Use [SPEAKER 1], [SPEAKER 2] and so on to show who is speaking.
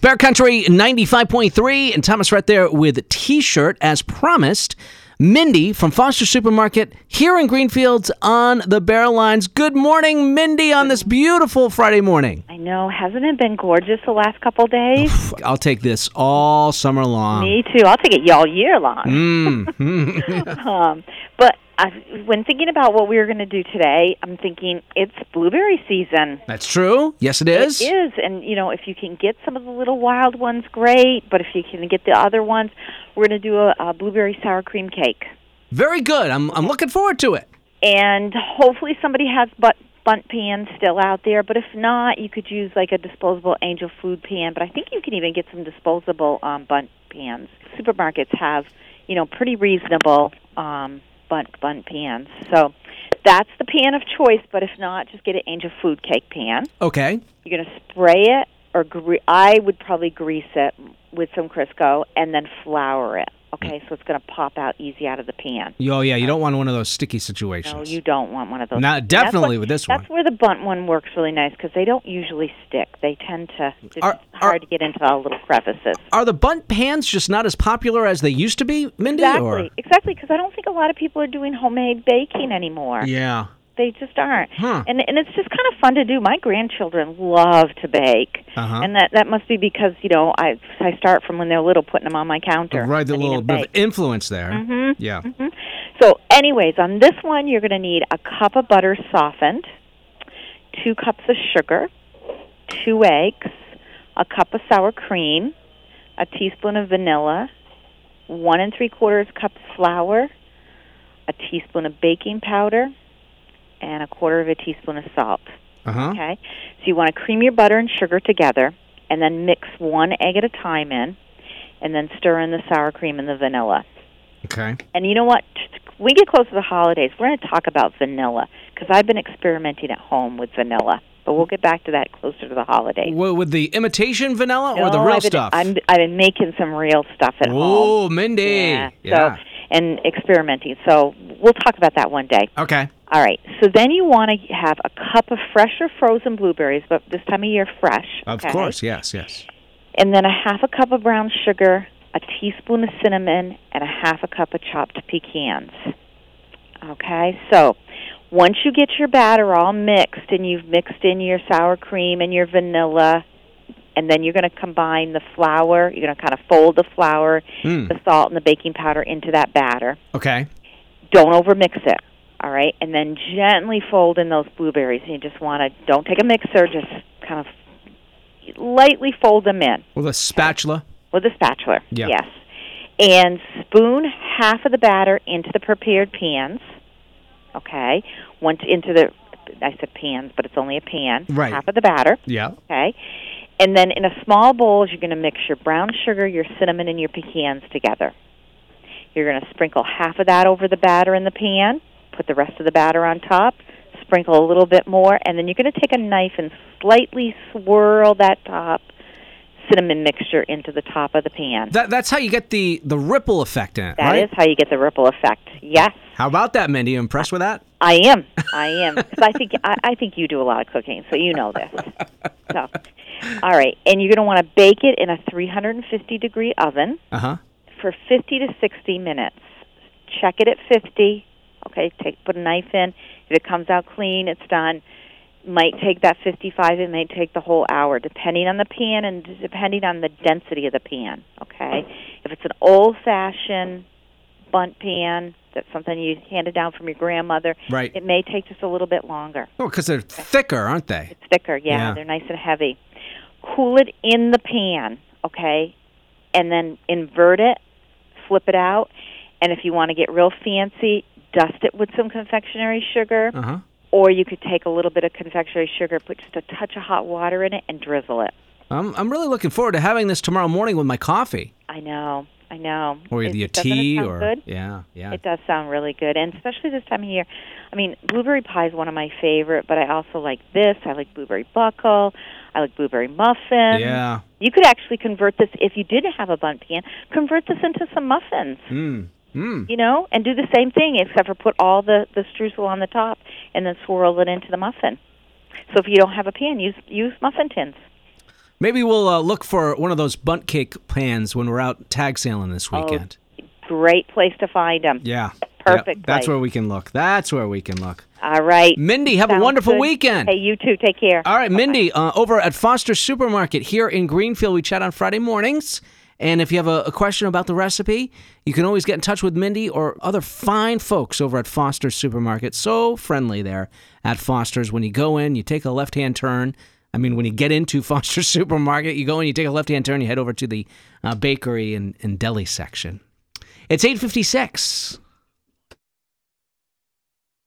[SPEAKER 1] Bear Country 95.3 and Thomas right there with T-shirt as promised. Mindy from Foster Supermarket here in Greenfields on the Bear Lines. Good morning, Mindy, on this beautiful Friday morning.
[SPEAKER 2] I know. Hasn't it been gorgeous the last couple days?
[SPEAKER 1] I'll take this all summer long.
[SPEAKER 2] Me too. I'll take it all year long. um, but I, when thinking about what we were going to do today, I'm thinking it's blueberry season.
[SPEAKER 1] That's true. Yes, it is.
[SPEAKER 2] It is, and you know, if you can get some of the little wild ones, great. But if you can get the other ones, we're going to do a, a blueberry sour cream cake,
[SPEAKER 1] Very good. I'm, I'm looking forward to it.
[SPEAKER 2] and hopefully somebody has but bunt pans still out there. But if not, you could use like a disposable angel food pan. But I think you can even get some disposable um, bunt pans. Supermarkets have, you know, pretty reasonable um, bunt bunt pans. So. That's the pan of choice, but if not, just get an angel food cake pan.
[SPEAKER 1] Okay.
[SPEAKER 2] You're going to spray it, or gre- I would probably grease it with some Crisco and then flour it. Okay, so it's going to pop out easy out of the pan.
[SPEAKER 1] Oh, yeah. You don't want one of those sticky
[SPEAKER 2] No,
[SPEAKER 1] situations.
[SPEAKER 2] you don't want one of those.
[SPEAKER 1] No,
[SPEAKER 2] And that's
[SPEAKER 1] definitely
[SPEAKER 2] what-
[SPEAKER 1] with this
[SPEAKER 2] That's
[SPEAKER 1] one.
[SPEAKER 2] where the bunt one works really nice because they don't usually stick. They tend to it's
[SPEAKER 1] Are- are-
[SPEAKER 2] hard to get into all little crevices.
[SPEAKER 1] Are the bunt pans just not as popular as they used to be, Mindy?
[SPEAKER 2] Exactly, exactly. Because I don't think a lot of people are doing homemade baking anymore.
[SPEAKER 1] Or? Yeah.
[SPEAKER 2] They just aren't.
[SPEAKER 1] Huh.
[SPEAKER 2] And and it's just kind of fun to do. My grandchildren love to bake.
[SPEAKER 1] Uh-huh.
[SPEAKER 2] And that that must be because, you know, I I start from when they're little putting them on my counter.
[SPEAKER 1] Right, the
[SPEAKER 2] letting
[SPEAKER 1] little
[SPEAKER 2] them
[SPEAKER 1] bit of
[SPEAKER 2] bake.
[SPEAKER 1] influence there.
[SPEAKER 2] Mm-hmm.
[SPEAKER 1] Yeah.
[SPEAKER 2] So anyways, on this one you're going to need a cup of butter softened, 2 cups of sugar, 2 eggs, a cup of sour cream, a teaspoon of vanilla, one and three quarters cups flour, a teaspoon of baking powder, and a quarter of a teaspoon of salt.
[SPEAKER 1] Uh huh.
[SPEAKER 2] Okay. So you want to cream your butter and sugar together and then mix one egg at a time in and then stir in the sour cream and the vanilla.
[SPEAKER 1] Okay.
[SPEAKER 2] And you know what? When we get close to the holidays, we're going to talk about vanilla because I've been experimenting at home with vanilla. But we'll get back to that closer to the holidays.
[SPEAKER 1] Well, with the imitation vanilla or the
[SPEAKER 2] No,
[SPEAKER 1] real
[SPEAKER 2] I've been,
[SPEAKER 1] stuff?
[SPEAKER 2] I'm, I've been making some real stuff at home.
[SPEAKER 1] oh, Mindy.
[SPEAKER 2] Yeah. So, and experimenting. So we'll talk about that one day.
[SPEAKER 1] okay.
[SPEAKER 2] All right. So then you want to have a cup of fresh or frozen blueberries, but this time of year, fresh.
[SPEAKER 1] Of
[SPEAKER 2] okay?
[SPEAKER 1] course. Yes. Yes.
[SPEAKER 2] And then a half a cup of brown sugar, a teaspoon of cinnamon, and a half a cup of chopped pecans. Okay. So once you get your batter all mixed and you've mixed in your sour cream and your vanilla, and then you're going to combine the flour, you're going to kind of fold the flour,
[SPEAKER 1] Mm.
[SPEAKER 2] the salt, and the baking powder into that batter
[SPEAKER 1] Okay.
[SPEAKER 2] don't overmix it. All right, and then gently fold in those blueberries. You just want to don't take a mixer, just kind of lightly fold them in
[SPEAKER 1] With a spatula.
[SPEAKER 2] with a spatula.
[SPEAKER 1] Yeah.
[SPEAKER 2] Yes. And spoon half of the batter into the prepared pans. Okay. Once into the I said pans, but it's only a pan.
[SPEAKER 1] Right.
[SPEAKER 2] Half of the batter.
[SPEAKER 1] Yeah.
[SPEAKER 2] Okay. And then in a small bowl, you're going to mix your brown sugar, your cinnamon, and your pecans together. You're going to sprinkle half of that over the batter in the pan, put the rest of the batter on top, sprinkle a little bit more, and then you're going to take a knife and slightly swirl that top cinnamon mixture into the top of the pan.
[SPEAKER 1] That, that's how you get the, the ripple effect in it,
[SPEAKER 2] That is
[SPEAKER 1] right?
[SPEAKER 2] how you get the ripple effect. Yes.
[SPEAKER 1] How about that, Mindy? You impressed with that?
[SPEAKER 2] I am. I am. 'Cause I think I, I think you do a lot of cooking, so you know this. So, all right, and you're going to want to bake it in a 350 degree oven
[SPEAKER 1] Uh huh.
[SPEAKER 2] for 50 to 60 minutes. Check it at 50. Okay, take put a knife in. If it comes out clean, it's done. Might take that 55. It may take the whole hour, depending on the pan and depending on the density of the pan. Okay, if it's an old fashioned bunt pan, that's something you handed down from your grandmother.
[SPEAKER 1] Right.
[SPEAKER 2] It may take just a little bit longer.
[SPEAKER 1] Oh, because they're thicker, aren't they?
[SPEAKER 2] It's thicker, yeah,
[SPEAKER 1] Yeah.
[SPEAKER 2] They're nice and heavy. Cool it in the pan, okay? And then invert it, flip it out, and if you want to get real fancy, dust it with some confectionery sugar,
[SPEAKER 1] Uh huh.
[SPEAKER 2] or you could take a little bit of confectionery sugar, put just a touch of hot water in it, and drizzle it.
[SPEAKER 1] I'm, I'm really looking forward to having this tomorrow morning with my coffee
[SPEAKER 2] I know, I know.
[SPEAKER 1] or
[SPEAKER 2] It-
[SPEAKER 1] either your
[SPEAKER 2] doesn't it
[SPEAKER 1] tea
[SPEAKER 2] sound
[SPEAKER 1] or.
[SPEAKER 2] good?
[SPEAKER 1] Yeah. Yeah.
[SPEAKER 2] It does sound really good, and especially this time of year. I mean, blueberry pie is one of my favorite, but I also like this. I like blueberry buckle. I like blueberry muffin.
[SPEAKER 1] Yeah.
[SPEAKER 2] You could actually convert this if you didn't have a bun pan. Convert this into some muffins,
[SPEAKER 1] Mm. Mm.
[SPEAKER 2] you know, and do the same thing except for put all the the streusel on the top and then swirl it into the muffin. So if you don't have a pan, use use muffin tins.
[SPEAKER 1] Maybe we'll uh, look for one of those bunt cake pans when we're out tag sailing this
[SPEAKER 2] Oh,
[SPEAKER 1] weekend.
[SPEAKER 2] Great place to find them.
[SPEAKER 1] yeah.
[SPEAKER 2] perfect
[SPEAKER 1] Yep. That's
[SPEAKER 2] place.
[SPEAKER 1] where we can look. That's where we can look.
[SPEAKER 2] All right.
[SPEAKER 1] Mindy, have a
[SPEAKER 2] Sounds
[SPEAKER 1] wonderful
[SPEAKER 2] good.
[SPEAKER 1] weekend.
[SPEAKER 2] Hey, you too. Take care.
[SPEAKER 1] All right, Mindy, uh, over at Foster Supermarket here in Greenfield, we chat on Friday mornings. And if you have a, a question about the recipe, you can always get in touch with Mindy or other fine folks over at Foster Supermarket. So friendly there at Foster's. When you go in, you take a left hand turn. I mean, when you get into Foster Supermarket, you go in, you take a left hand turn, you head over to the uh, bakery and, and deli section. It's 856.